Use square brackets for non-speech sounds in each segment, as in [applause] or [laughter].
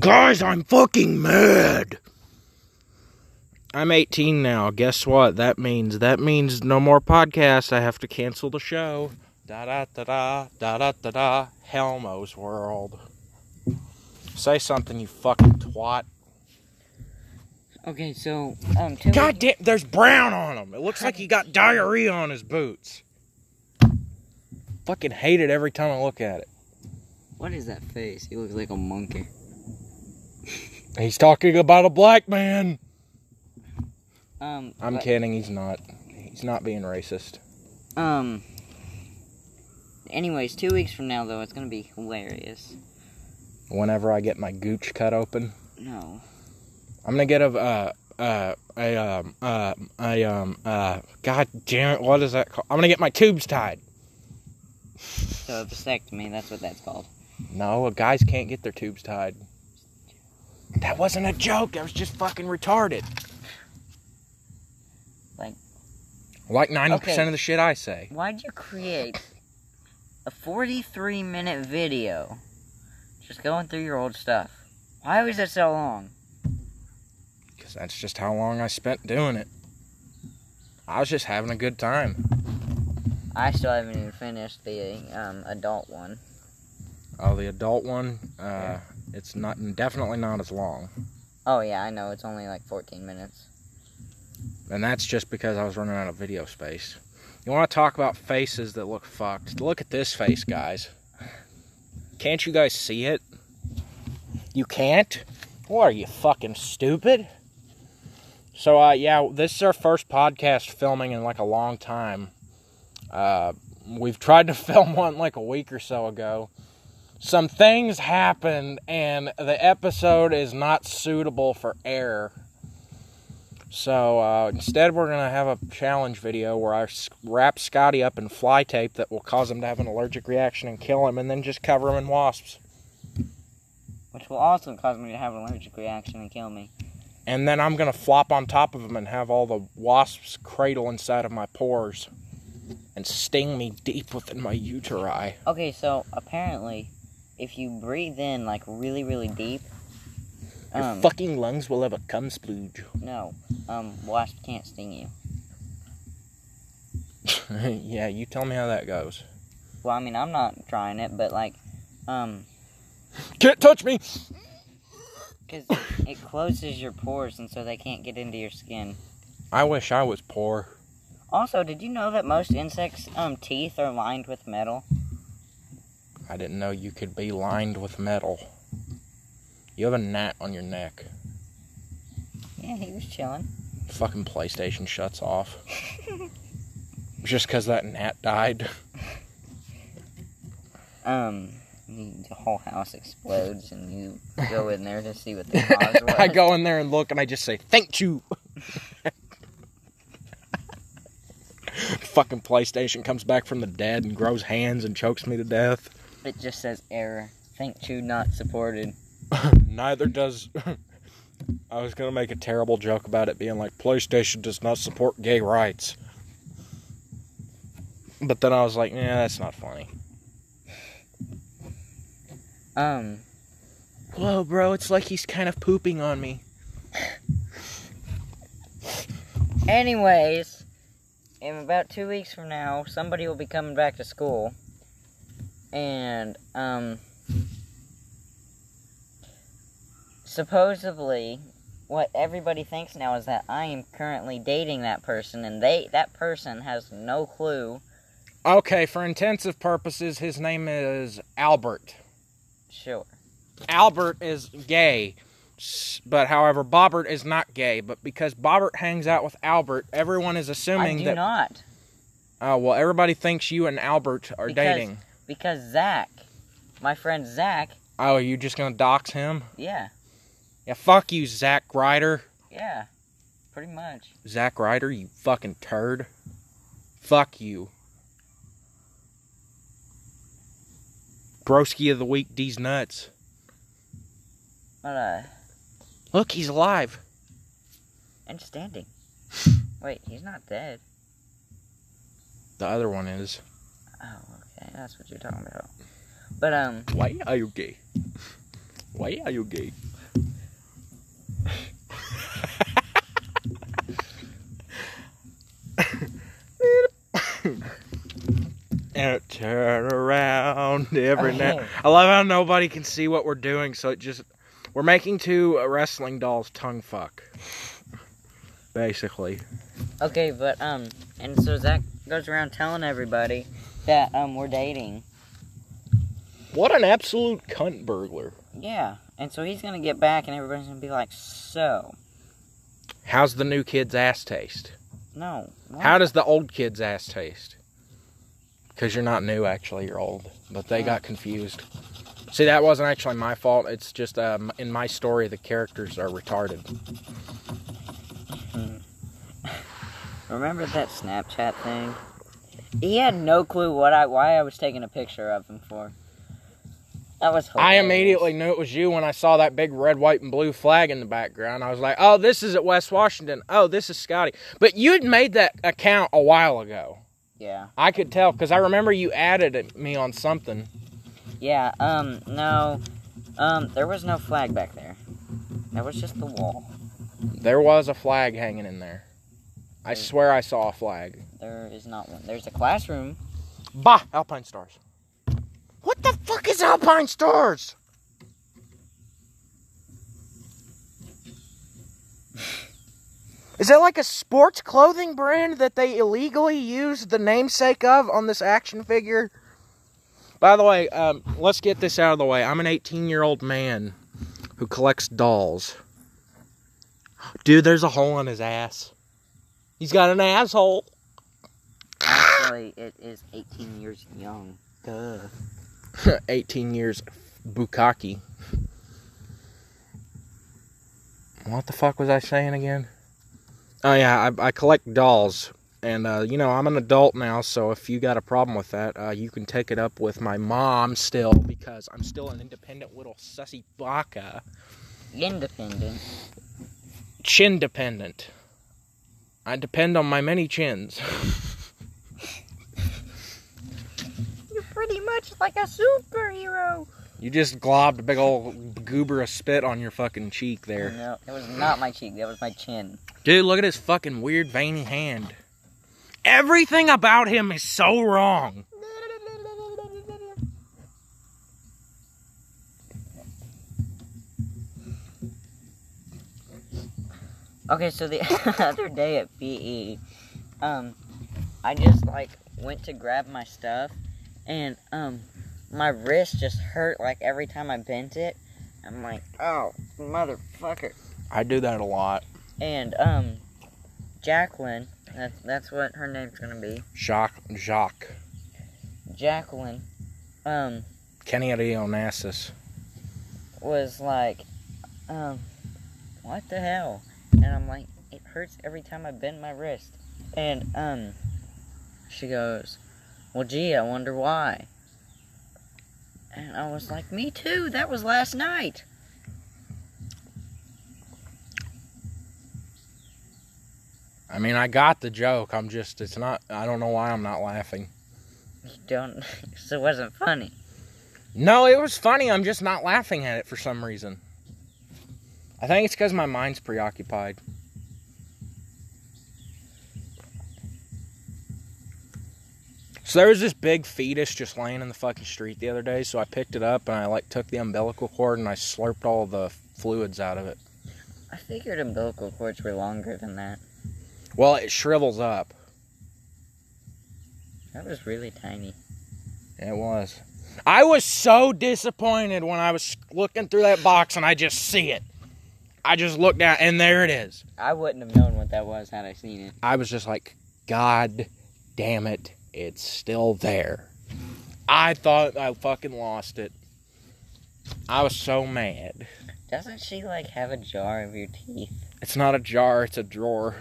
Guys, I'm fucking mad. I'm 18 now. Guess what? That means that means no more podcasts. I have to cancel the show. Da da da da da da da da. Helmo's world. Say something, you fucking twat. Okay, so um, tell God me, damn, there's brown on him. It looks like he got diarrhea on his boots. Fucking hate it every time I look at it. what is that face? He looks like a monkey. He's talking about a black man. Um, I'm but, kidding. He's not. He's not being racist. Um. Anyways, two weeks from now though, it's gonna be hilarious. Whenever I get my gooch cut open, No. I'm gonna get a uh uh a um uh a um uh god damn it what is that called? I'm gonna get my tubes tied. So a vasectomy, that's what that's called. No, guys can't get their tubes tied. That wasn't a joke. That was just fucking retarded. Like- like ninety Okay. percent of the shit I say. Why'd you create a 43 minute video just going through your old stuff? Why was it so long? Because that's just how long I spent doing it. I was just having a good time. I still haven't even finished the um, adult one. Oh, the adult one, uh, it's not definitely not as long, Oh yeah, I know it's only like 14 minutes. and that's just because I was running out of video space. You want to talk about faces that look fucked? Look at this face, guys. Can't you guys see it? You can't? What are you fucking stupid? So uh, yeah, this is our first podcast filming in like a long time. Uh, we've tried to [laughs] film one like a week or so ago. Some things happened, and the episode is not suitable for air. So uh, instead, we're gonna have a challenge video where I s- wrap Scotty up in fly tape that will cause him to have an allergic reaction and kill him, and then just cover him in wasps. Which will also cause me to have an allergic reaction and kill me. and then I'm gonna flop on top of him and have all the wasps cradle inside of my pores and sting me deep within my uteri. Okay, so apparently, if you breathe in like really, really deep, Your um, fucking lungs will have a cum splooge. [laughs] no, um, wasp can't sting you. yeah, you tell me how that goes. Well, I mean, I'm not trying it, but like, um, Can't touch me. Because it closes your pores and so they can't get into your skin. I wish I was poor. Also, did you know that most insects' um, teeth are lined with metal? I didn't know you could be lined with metal. You have a gnat on your neck. Yeah, he was chilling. Fucking PlayStation shuts [laughs] off. Just 'cause that gnat died. Um, the whole house explodes and you go in there to see what the cause was. [laughs] I go in there and look, and I just say, "Thank you." [laughs] Fucking PlayStation comes back from the dead and grows hands and chokes me to death. It just says error. Think two not supported. Neither does. [laughs] I was gonna make a terrible joke about it being like PlayStation does not support gay rights, but then I was like, "Yeah, that's not funny." Um, Whoa, bro! It's like he's kind of pooping on me. anyways, in about two weeks from now, somebody will be coming back to school. And, um, supposedly, what everybody thinks now is that I am currently dating that person, and they, that person has no clue. Okay, for intensive purposes, his name is Albert. Sure. Albert is gay, s- but however, Bobbert is not gay. But because Bobbert hangs out with Albert, everyone is I assuming do that. not. Oh, well, everybody thinks you and Albert are Because- dating. Because Zach, my friend Zach, Oh, are you just gonna dox him? yeah, Yeah, fuck you, Zach Ryder. yeah, pretty much. Zach Ryder, you fucking turd. Fuck you. Broski of the week, D's nuts. But, uh, Look, he's alive. and [laughs] standing. Wait, he's not dead. The other one is. Oh, okay. That's what you're talking about. But um, Why are you gay? Why are you gay? every now. Okay. I love how nobody can see what we're doing, so it just we're making two uh, wrestling dolls tongue fuck, basically. Okay, but um, and so Zach goes around telling everybody that um we're dating. What an absolute cunt burglar! Yeah, and so he's gonna get back, and everybody's gonna be like, "So, How's the new kid's ass taste? no." what?" How does the old kid's ass taste? Because you're not new, actually, you're old. But they got confused. See, that wasn't actually my fault. It's just um, in my story, the characters are retarded. Remember that Snapchat thing? He had no clue what I why I was taking a picture of him for. That was. I Hilarious. immediately knew it was you when I saw that big red, white, and blue flag in the background. I was like, oh, this is at West Washington. Oh, this is Scotty. But you had made that account a while ago. Yeah. I could tell because I remember you added me on something. Yeah. Um. No. Um. There was no flag back there. That was just the wall. There was a flag hanging in there. I swear I saw a flag. There is not one. There's a classroom. Bah, Alpine Stars. What the fuck is Alpine Stars? Is that like a sports clothing brand that they illegally use the namesake of on this action figure? By the way, um, let's get this out of the way. I'm an 18 year old man who collects dolls. Dude, there's a hole in his ass. He's got an asshole. Actually, it is 18 years young. Duh. [laughs] 18 years bukkake. What the fuck was I saying again? Oh yeah, I, I collect dolls, and uh, you know I'm an adult now, so if you got a problem with that, uh, you can take it up with my mom still because I'm still an independent little sussy baka, Independent. chin dependent. I depend on my many chins. You're pretty much like a superhero. You just globbed a big old goober of spit on your fucking cheek there. No, that was not my cheek. That was my chin. Dude, look at his fucking weird veiny hand. Everything about him is so wrong. Okay, so the [laughs] other day at PE, um, I just like went to grab my stuff, and um, my wrist just hurt like every time I bent it. I'm like, oh motherfucker! I do that a lot. And um, Jacqueline, that's that's what her name's gonna be, Jacques, Jacques, Jacqueline. Um, Kenny Onassis. was like, um, what the hell? And I'm like, it hurts every time I bend my wrist. And um, she goes, well, gee, I wonder why. And I was like, me too. That was last night. I mean, I got the joke. I'm just, it's not, I don't know why I'm not laughing. You don't. [laughs] so it wasn't funny. No, it was funny. I'm just not laughing at it for some reason. I think it's because my mind's preoccupied. So there was this big fetus just laying in the fucking street the other day. So I picked it up and I like took the umbilical cord and I slurped all the fluids out of it. I figured umbilical cords were longer than that. Well, it shrivels up. That was really tiny. It was. I was so disappointed when I was looking through that box and I just see it. I just looked down and there it is. I wouldn't have known what that was had I seen it. I was just like, God damn it, it's still there. I thought I fucking lost it. I was so mad. Doesn't she like have a jar of your teeth? [laughs] It's not a jar, it's a drawer.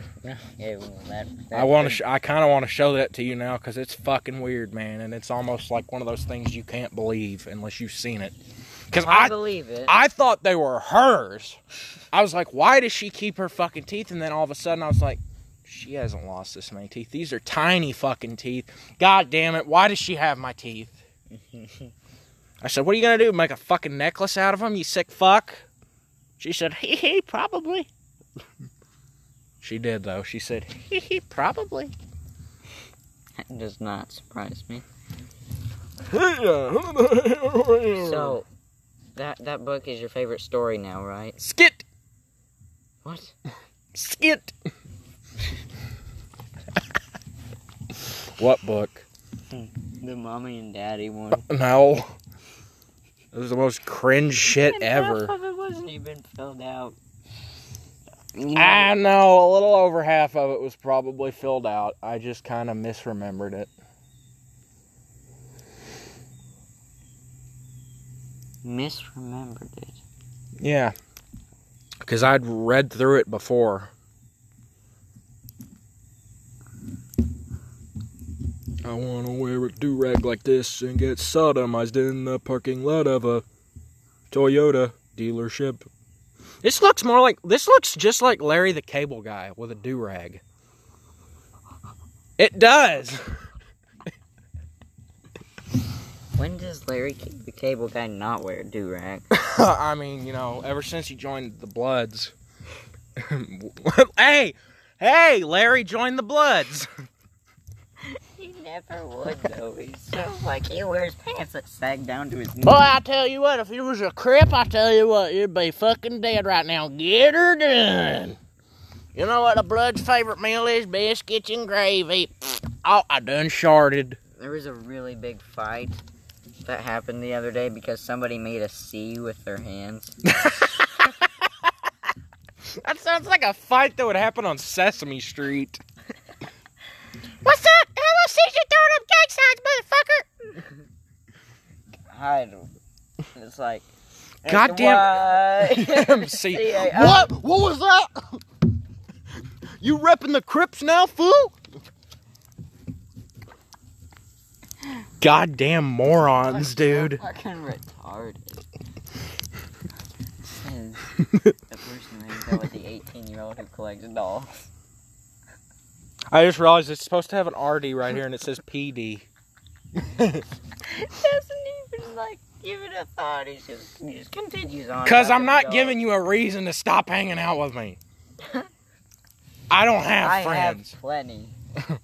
Yeah, well, that, I want to. Sh- I kind of want to show that to you now because it's fucking weird, man, and it's almost like one of those things you can't believe unless you've seen it. Because I I, believe it. I thought they were hers. I was like, why does she keep her fucking teeth? And then all of a sudden, I was like, she hasn't lost this many teeth. These are tiny fucking teeth. God damn it. Why does she have my teeth? I said, what are you going to do? Make a fucking necklace out of them, you sick fuck? She said, hee hee, probably. [laughs] she did, though. She said, hee hee, probably. That does not surprise me. so So, that that book is your favorite story now, right? skit What? skit. what book? The mommy and daddy one. No. It was the most cringe shit ever. it wasn't even filled out. You know, I know a little over half of it was probably filled out. I just kind of misremembered it. misremembered it. Yeah. Because I'd read through it before. I want to wear a do rag like this and get sodomized in the parking lot of a Toyota dealership. This looks more like. This looks just like Larry the Cable Guy with a do rag. It does! When does Larry K- the Cable Guy not wear a do rag? [coughs] I mean, you know, ever since he joined the Bloods. [laughs] hey! Hey! Larry joined the Bloods! [laughs] he never would though. He's so like he wears pants that sag down to his knees. Boy, I tell you what, if you was a crip, I tell you what, you'd be fucking dead right now. Get her done. You know what a blood's favorite meal is? Biscuits and gravy. [sniffs] Oh, I done sharded. There was a really big fight that happened the other day because somebody made a C with their hands. That sounds like a fight that would happen on Sesame Street. What's up? LLC's you throwing up gang signs, motherfucker. I don't. It's like. Goddamn- [laughs] [laughs] Goddamn. MC. What? What was that? You repping the Crips now, fool? Goddamn morons, dude. Fucking retarded. Says the person that hangs out with the 18 year old who collects dolls. [laughs] I just realized it's supposed to have an RD right here and it says PD. Doesn't even like give it a thought. He's just he just continues on. Because I'm not giving you a reason to stop hanging out with me. I don't have I friends. [laughs] have plenty.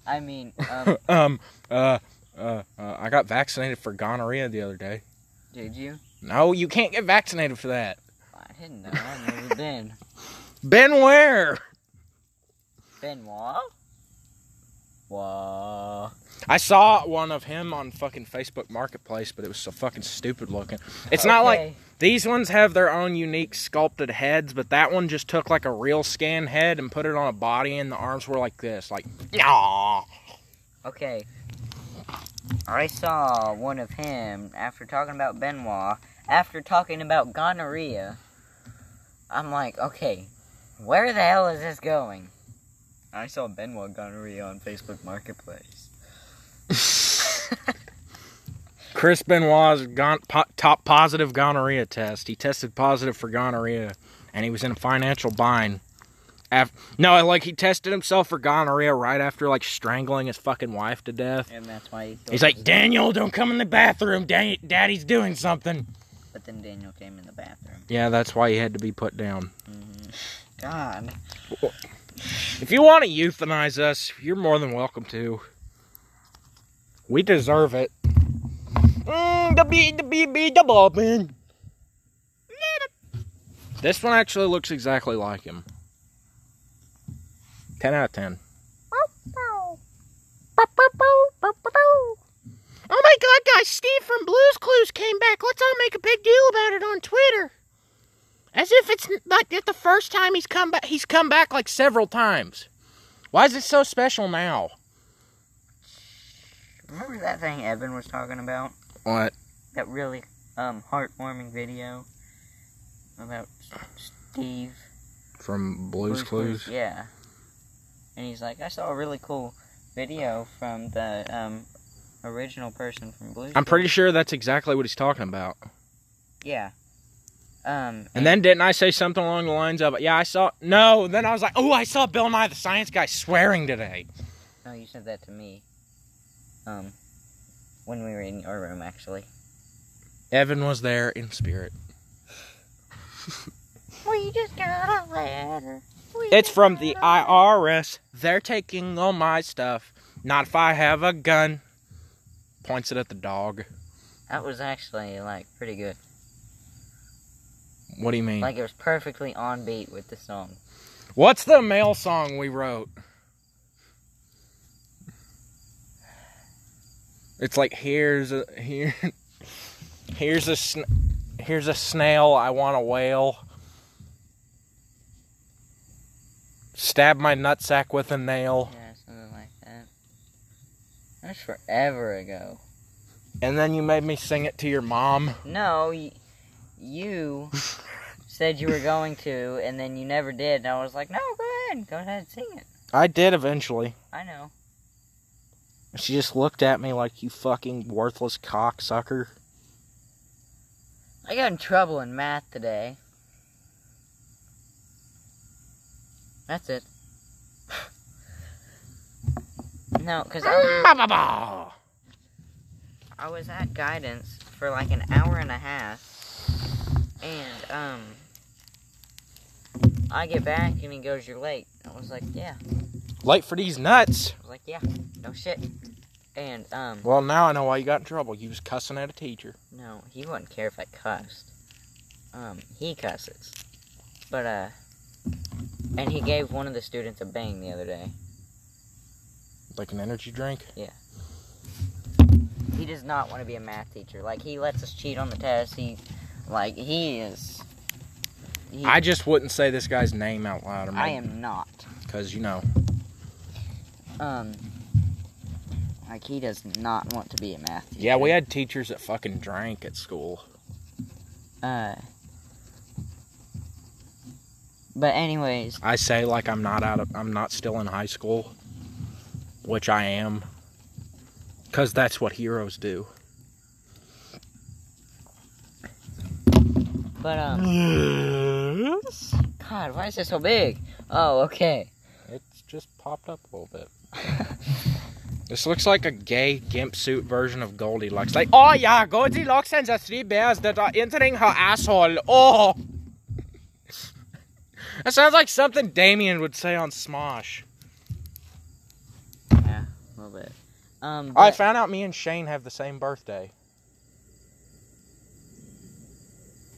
I mean, um, Um, uh, uh, uh, I got vaccinated for gonorrhea the other day. did you? No, you can't get vaccinated for that. I didn't know. I've never been. Ben Ware. Benoit? Whoa. I saw one of him on fucking Facebook Marketplace, but it was so fucking stupid looking. It's not like Okay. these ones have their own unique sculpted heads, but that one just took like a real scan head and put it on a body, and the arms were like this, like yeah. Okay. I saw one of him after talking about Benoit, after talking about gonorrhea. I'm like, okay, where the hell is this going? I saw Benoit gonorrhea on Facebook Marketplace. Chris Benoit's gon- po- top positive gonorrhea test. He tested positive for gonorrhea, and he was in a financial bind. Af- no, like he tested himself for gonorrhea right after like strangling his fucking wife to death. And that's why he He's like, Daniel, don't come in the bathroom. Da- Daddy's doing something. But then Daniel came in the bathroom. Yeah, that's why he had to be put down. God. If you want to euthanize us, you're more than welcome to. We deserve it. Mm, the bee, the bee, bee, the bobbin. This one actually looks exactly like him. 10 out of 10. Oh my god, guys, Steve from Blues Clues came back. Let's all make a big deal about it on Twitter. As if it's n- like the first time he's come back. He's come back like several times. Why is it so special now? Remember that thing Evan was talking about? What? That really um heartwarming video about Steve From Blue's Clues? Yeah. And he's like, I saw a really cool video from the um, original person from Blues. I'm pretty Clues." sure that's exactly what he's talking about. Yeah. Um. And then didn't I say something along the lines of, "Yeah, I saw." No, then I was like, "Oh, I saw Bill Nye the Science Guy swearing today." No, you said that to me. Um. When we were in your room, actually. Evan was there in spirit. We just got a letter. It's from the IRS. They're taking all my stuff. Not if I have a gun. Points it at the dog. That was actually like pretty good. What do you mean? Like it was perfectly on beat with the song. What's the male song we wrote? It's like here's a here [laughs] here's a sn- here's a snail I want a whale. Stab my nutsack with a nail. Yeah, something like that. That's forever ago. And then you made me sing it to your mom. No, y- you said you were going to, and then you never did. And I was like, no, go ahead, go ahead, sing it. I did eventually. I know. She just looked at me like you fucking worthless cocksucker. I got in trouble in math today. That's it. [laughs] no, because I, Ba-ba-ba. I was at guidance for like an hour and a half, and um, I get back and he goes, "You're late." I was like, "Yeah." Late for these nuts. I was like, "Yeah, no shit." And um, Well, now I know why you got in trouble. You was cussing at a teacher. No, he wouldn't care if I cussed. Um, he cusses. But, uh, and he gave one of the students a bang the other day. Like an energy drink. He does not want to be a math teacher. Like, he lets us cheat on the test. He, like, he is. He, I just wouldn't say this guy's name out loud. Or I am not. Because, you know, Um, like, he does not want to be a math teacher. yeah, we had teachers that fucking drank at school. Uh, but, anyways, I say like I'm not out of, I'm not still in high school, which I am. Because that's what heroes do. but, um. God, why is it so big? Oh, okay. It's just popped up a little bit. [laughs] this looks like a gay gimp suit version of Goldilocks. Like, oh yeah, Goldilocks and the three bears that are entering her asshole. Oh! [laughs] that sounds like something Damien would say on Smosh. Yeah, a little bit. Um, I but- found out me and Shane have the same birthday.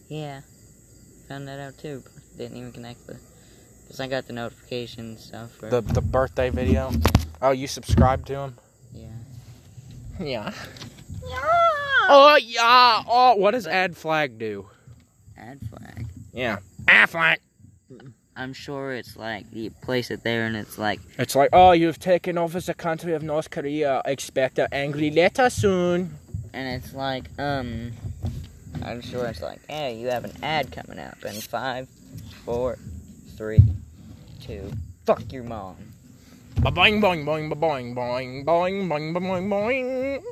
yeah, found that out too. but Didn't even connect the, cause I got the notification stuff. For, The the birthday video. Oh, you subscribed to him? yeah. Yeah. Oh yeah. Oh, what does Ad Flag do? Ad flag. Yeah. Ad Flag. I'm sure it's like you place it there, and it's like It's like, oh, you've taken over the country of North Korea. Expect an angry letter soon. and it's like um, I'm sure it's like hey, you have an ad coming up in five, four, three, two. Fuck your mom. Ba-boing, boing, boing, ba-boing, boing, boing, boing, boing, boing.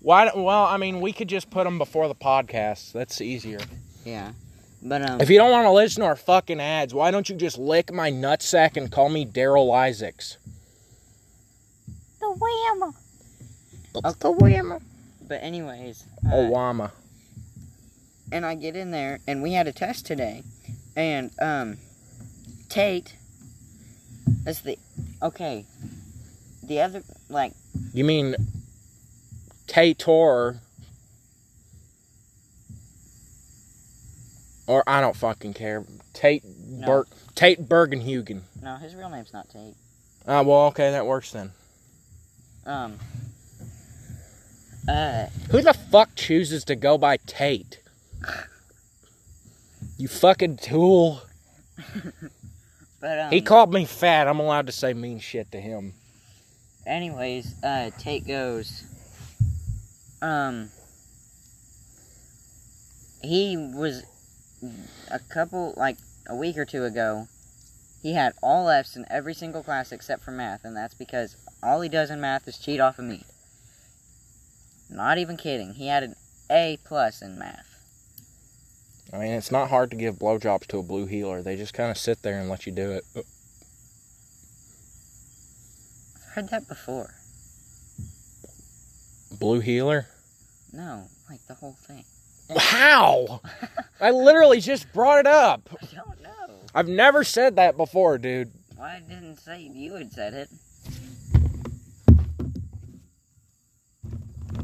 Why? don't- Well, I mean, we could just put them before the podcast. That's easier. Yeah, but um, If you don't want to listen to our fucking ads, why don't you just lick my nutsack and call me Daryl Isaacs? The whammer. That's the whammer. oh, but anyways. Oh, uh, llama. and I get in there, and we had a test today, and um, Tate, that's the okay, the other like You mean Tator? Or I don't fucking care. Tate No. Berg Tate Bergenhugen. no, his real name's not Tate. Ah, well, okay, that works then. Um, uh, Who the fuck chooses to go by Tate? You fucking tool. but um, He called me fat. I'm allowed to say mean shit to him. anyways, uh, Tate goes, um, he was a couple like a week or two ago. He had all F's in every single class except for math, and that's because all he does in math is cheat off of me. Not even kidding. He had an A plus in math. I mean, it's not hard to give blowjobs to a blue healer. They just kind of sit there and let you do it. Uh, I've heard that before. Blue healer? No, like the whole thing. [laughs] [laughs] How? I literally just brought it up. I don't know. I've never said that before, dude. Why didn't say you had said it?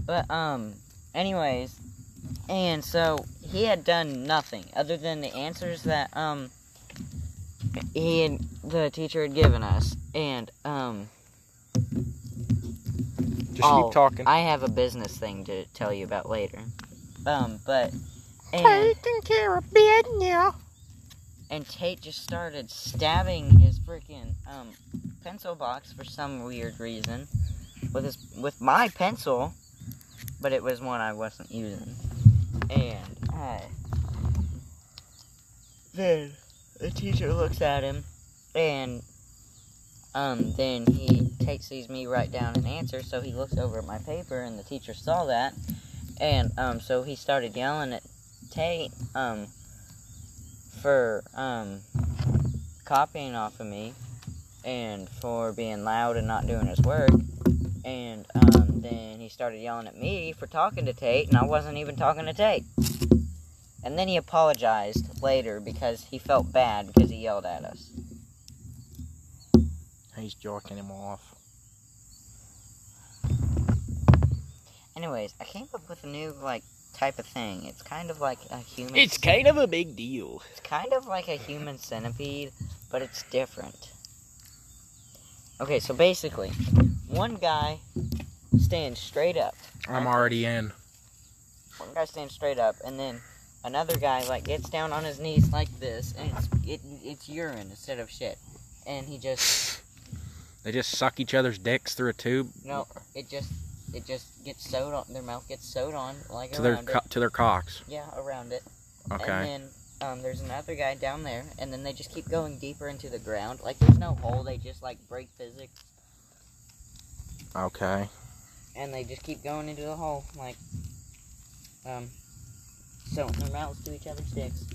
But um, anyways, And so he had done nothing other than the answers that um he had, the teacher had given us. And um Just Oh, keep talking. I have a business thing to tell you about later. Um, but and, Taking care of business. and Tate just started stabbing his freaking um pencil box for some weird reason with his with my pencil, but it was one I wasn't using. And uh, then the teacher looks at him, and um then he Tate sees me write down an answer, so he looks over at my paper, and the teacher saw that, and um so he started yelling at Tate um for um copying off of me and for being loud and not doing his work and um, then he started yelling at me for talking to Tate and I wasn't even talking to Tate and then he apologized later because he felt bad because he yelled at us He's jerking him off. anyways I came up with a new like type of thing it's kind of like a human It's kind of a big deal. It's kind of like a human centipede, but it's different. Okay, so basically, one guy stands straight up. I'm already in. One guy stands straight up, and then another guy like gets down on his knees like this, and it's it, it's urine instead of shit, and he just They just suck each other's dicks through a tube no, it just it just gets sewed on. Their mouth gets sewed on like to their around co- it. to their cocks. Yeah, around it. Okay. And then um, there's another guy down there, and then they just keep going deeper into the ground. Like there's no hole. They just like break physics. Okay. and they just keep going into the hole, like, um, so their mouths to each other's dicks.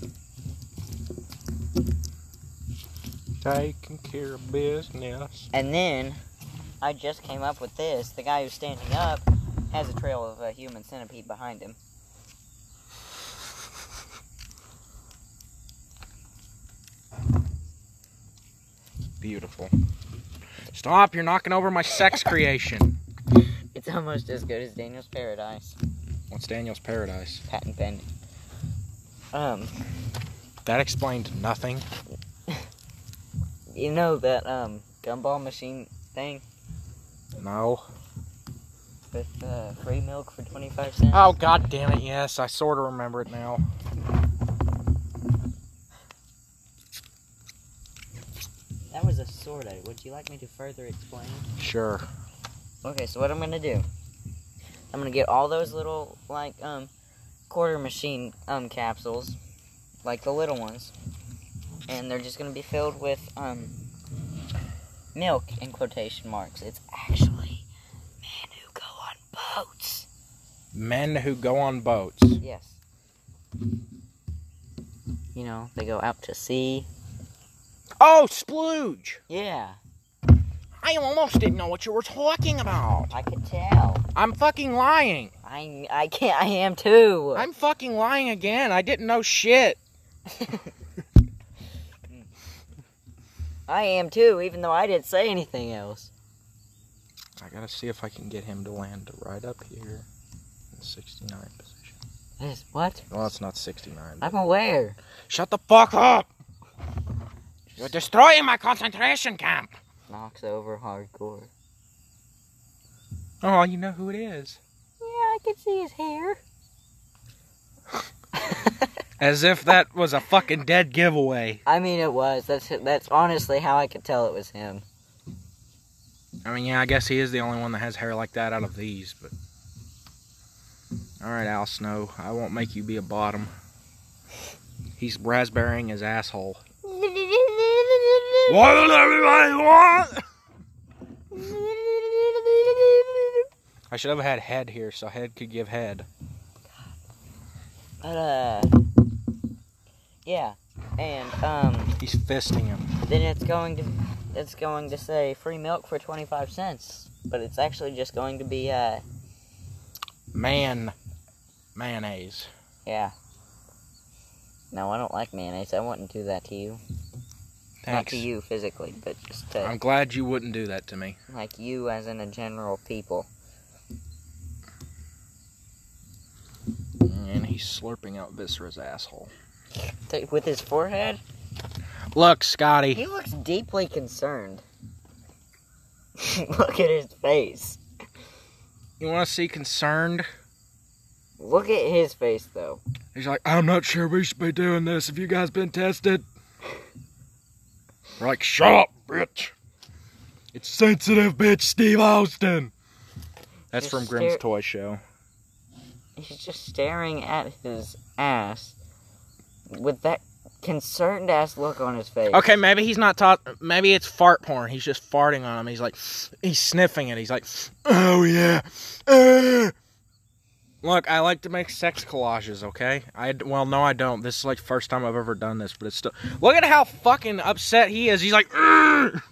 Taking care of business. And then I just came up with this. The guy who's standing up has a trail of a human centipede behind him. Beautiful. Stop! You're knocking over my sex creation. It's almost as good as Daniel's Paradise. What's Daniel's paradise? Patent pending. Um, That explained nothing. you know that, um, gumball machine thing No. with, uh, free milk for 25 cents? Oh god damn it, yes, I sort of remember it now. That was a sort of. Would you like me to further explain? Sure. Okay, so what I'm gonna do? I'm gonna get all those little like um quarter machine um capsules, like the little ones, and they're just gonna be filled with um milk in quotation marks. It's actually men who go on boats. Men who go on boats. Yes. You know they go out to sea. Oh, splooge! Yeah, I almost didn't know what you were talking about. I could tell. I'm fucking lying. I I can't. I am too. I'm fucking lying again. I didn't know shit. I am too, even though I didn't say anything else. I gotta see if I can get him to land right up here in 69 position. Yes, what? Well, it's not 69. I'm aware. Shut the fuck up! You're destroying my concentration camp! Knocks over hardcore. Oh, you know who it is. Yeah, I can see his hair. [laughs] As if that was a fucking dead giveaway. I mean, it was. That's that's honestly how I could tell it was him. I mean, yeah, I guess he is the only one that has hair like that out of these, but. Alright, Al Snow, I won't make you be a bottom. He's raspberrying his asshole. What does everybody want? I should have had head here, so head could give head. But uh, yeah, and um, He's fisting him. then it's going to it's going to say free milk for twenty five cents, but it's actually just going to be uh, Man. Mayonnaise. yeah. No, I don't like mayonnaise. I wouldn't do that to you. Not Thanks. to you physically, but just to I'm glad you wouldn't do that to me. like you as in a general people. and he's slurping out Viscera's asshole. T- With his forehead? Look, Scotty. He looks deeply concerned. [laughs] Look at his face. You want to see concerned? Look at his face, though. He's like, I'm not sure we should be doing this. Have you guys been tested? We're like, shut up, bitch. It's sensitive, bitch, Steve Austin. That's Just from Grimm's stare- Toy Show. He's just staring at his ass with that concerned ass look on his face. Okay, maybe he's not taught. Maybe it's fart porn. He's just farting on him. He's like, he's sniffing it. He's like, oh yeah. uh." Look, I like to make sex collages. Okay, I well, no, I don't. This is like first time I've ever done this, but it's still. Look at how fucking upset he is. He's like, "Ugh,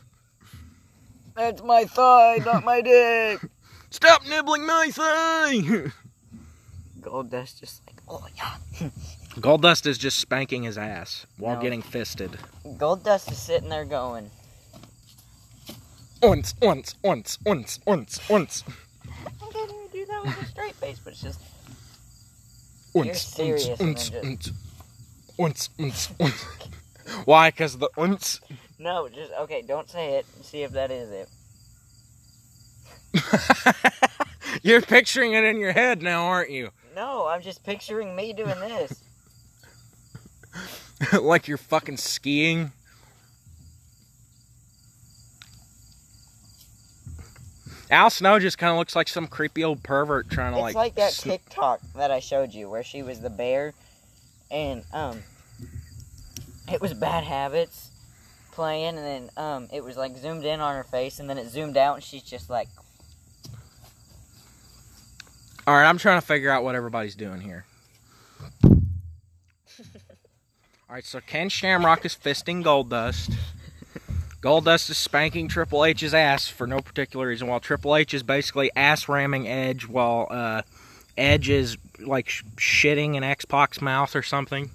That's my thigh, not my dick. [laughs] stop nibbling my thing. [laughs] Gold Dust just like, oh yeah. Gold Dust is just spanking his ass while No. getting fisted. Gold Dust is sitting there going, Once, once, once, once, once, once, I'm gonna do that with a straight face, but it's just once, once, serious, once, Ninja. once, once, once, once. [laughs] Why? Because the once. [laughs] no, just okay. Don't say it. See if that is it. You're picturing it in your head now, aren't you? [laughs] No, I'm just picturing me doing this. like you're fucking skiing. Al Snow just kind of looks like some creepy old pervert trying to it's like. like, that sn- TikTok that I showed you where she was the bear, and um, it was Bad Habits playing, and then um, it was like zoomed in on her face, and then it zoomed out, and she's just like, All right, I'm trying to figure out what everybody's doing here. All right, so Ken Shamrock is fisting Gold Dust. Gold Dust is spanking Triple H's ass for no particular reason, while Triple H is basically ass ramming Edge, while uh, Edge is like sh- shitting in X Pac's mouth or something.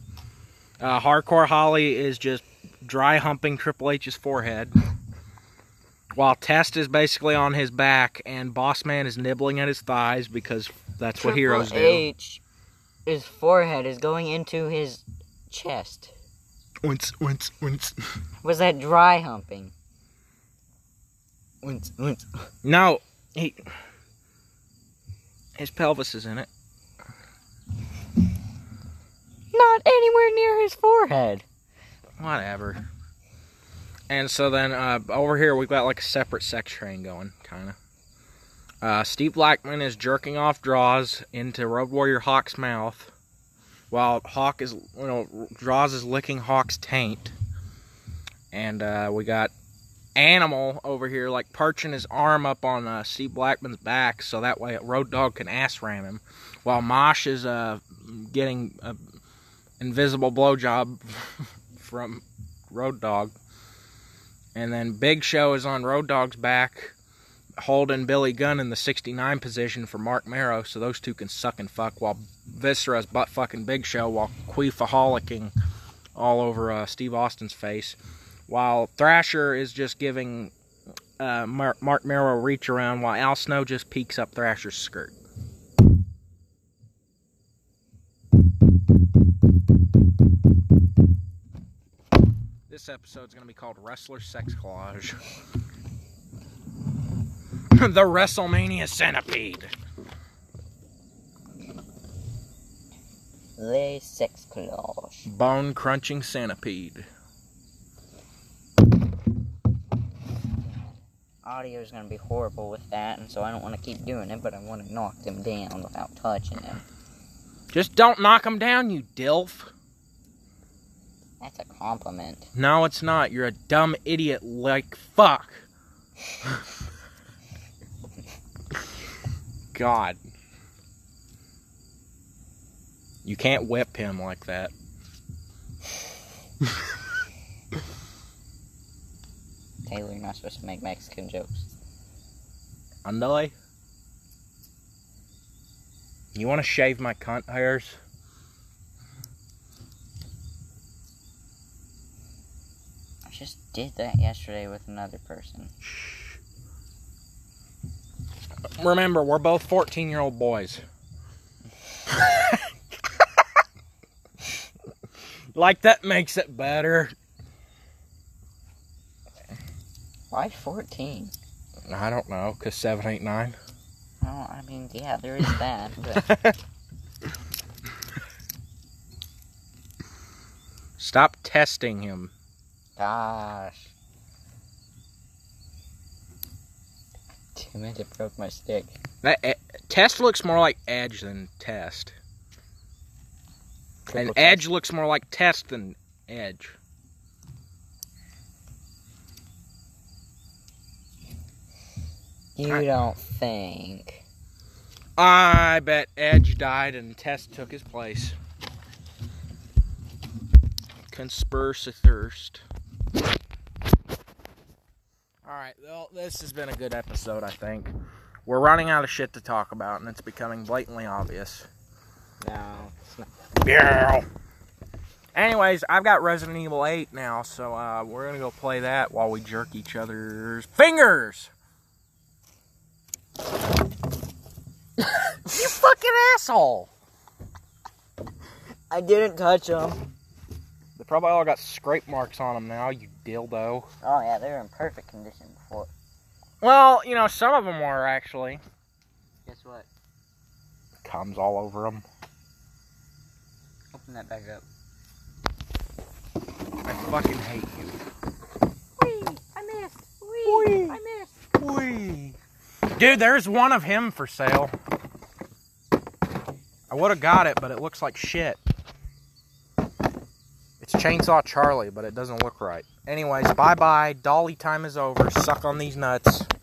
Uh, Hardcore Holly is just dry humping Triple H's forehead, while Test is basically on his back, and Boss Man is nibbling at his thighs because that's what Triple heroes do. H, his forehead is going into his chest. Wince, wince, wince. Was that dry humping? Wince, wince. No, he. His pelvis is in it. Not anywhere near his forehead. Whatever. And so then uh, over here we've got like a separate sex train going, kind of. Uh, Steve Blackman is jerking off draws into Road Warrior Hawk's mouth, while Hawk is, you know, draws is licking Hawk's taint. And uh, we got Animal over here, like perching his arm up on uh, Steve Blackman's back, so that way Road Dog can ass ram him, while Mosh is uh, getting a invisible blowjob from Road Dog. And then Big Show is on Road Dog's back, holding Billy Gunn in the 69 position for Mark Marrow, so those two can suck and fuck while Viscera's butt fucking Big Show while queefaholicking all over uh, Steve Austin's face. While Thrasher is just giving uh, Mark, Mark Marrow a reach around, while Al Snow just peeks up Thrasher's skirt. This episode's gonna be called Wrestler Sex Collage. [laughs] the WrestleMania Centipede. Lay sex collage. Bone crunching centipede. Audio's gonna be horrible with that, and so I don't want to keep doing it, but I want to knock them down without touching them. Just don't knock him down, you dilf. That's a compliment. No, it's not. You're a dumb idiot like fuck. [laughs] God. You can't whip him like that. Taylor, you're not supposed to make Mexican jokes. Andale? You want to shave my cunt hairs? I just did that yesterday with another person. Remember, we're both 14 year old boys. [laughs] Like that makes it better. Why 14? I don't know, cause seven, eight, nine. Well, I mean, yeah, there is [laughs] that, but Stop testing him. gosh. Damn it, it broke my stick. That eh, test looks more like edge than test, and Triple test. edge looks more like test than edge. You I- don't think. I bet Edge died and Test took his place. Conspiracy thirst. Alright, well, this has been a good episode, I think. We're running out of shit to talk about, and it's becoming blatantly obvious. No. Yeah. Anyways, I've got Resident Evil 8 now, so uh, we're gonna go play that while we jerk each other's fingers! [laughs] you fucking asshole! I didn't touch them. They probably all got scrape marks on them now, you dildo. Oh, yeah, they were in perfect condition before. Well, you know, some of them were actually. Guess what? Comes all over them. Open that back up. I fucking hate you. Wee, I missed. Wee, I missed. Dude, there's one of him for sale. I would have got it, but it looks like shit. It's Chainsaw Charlie, but it doesn't look right. Anyways, bye bye. Dolly time is over. Suck on these nuts.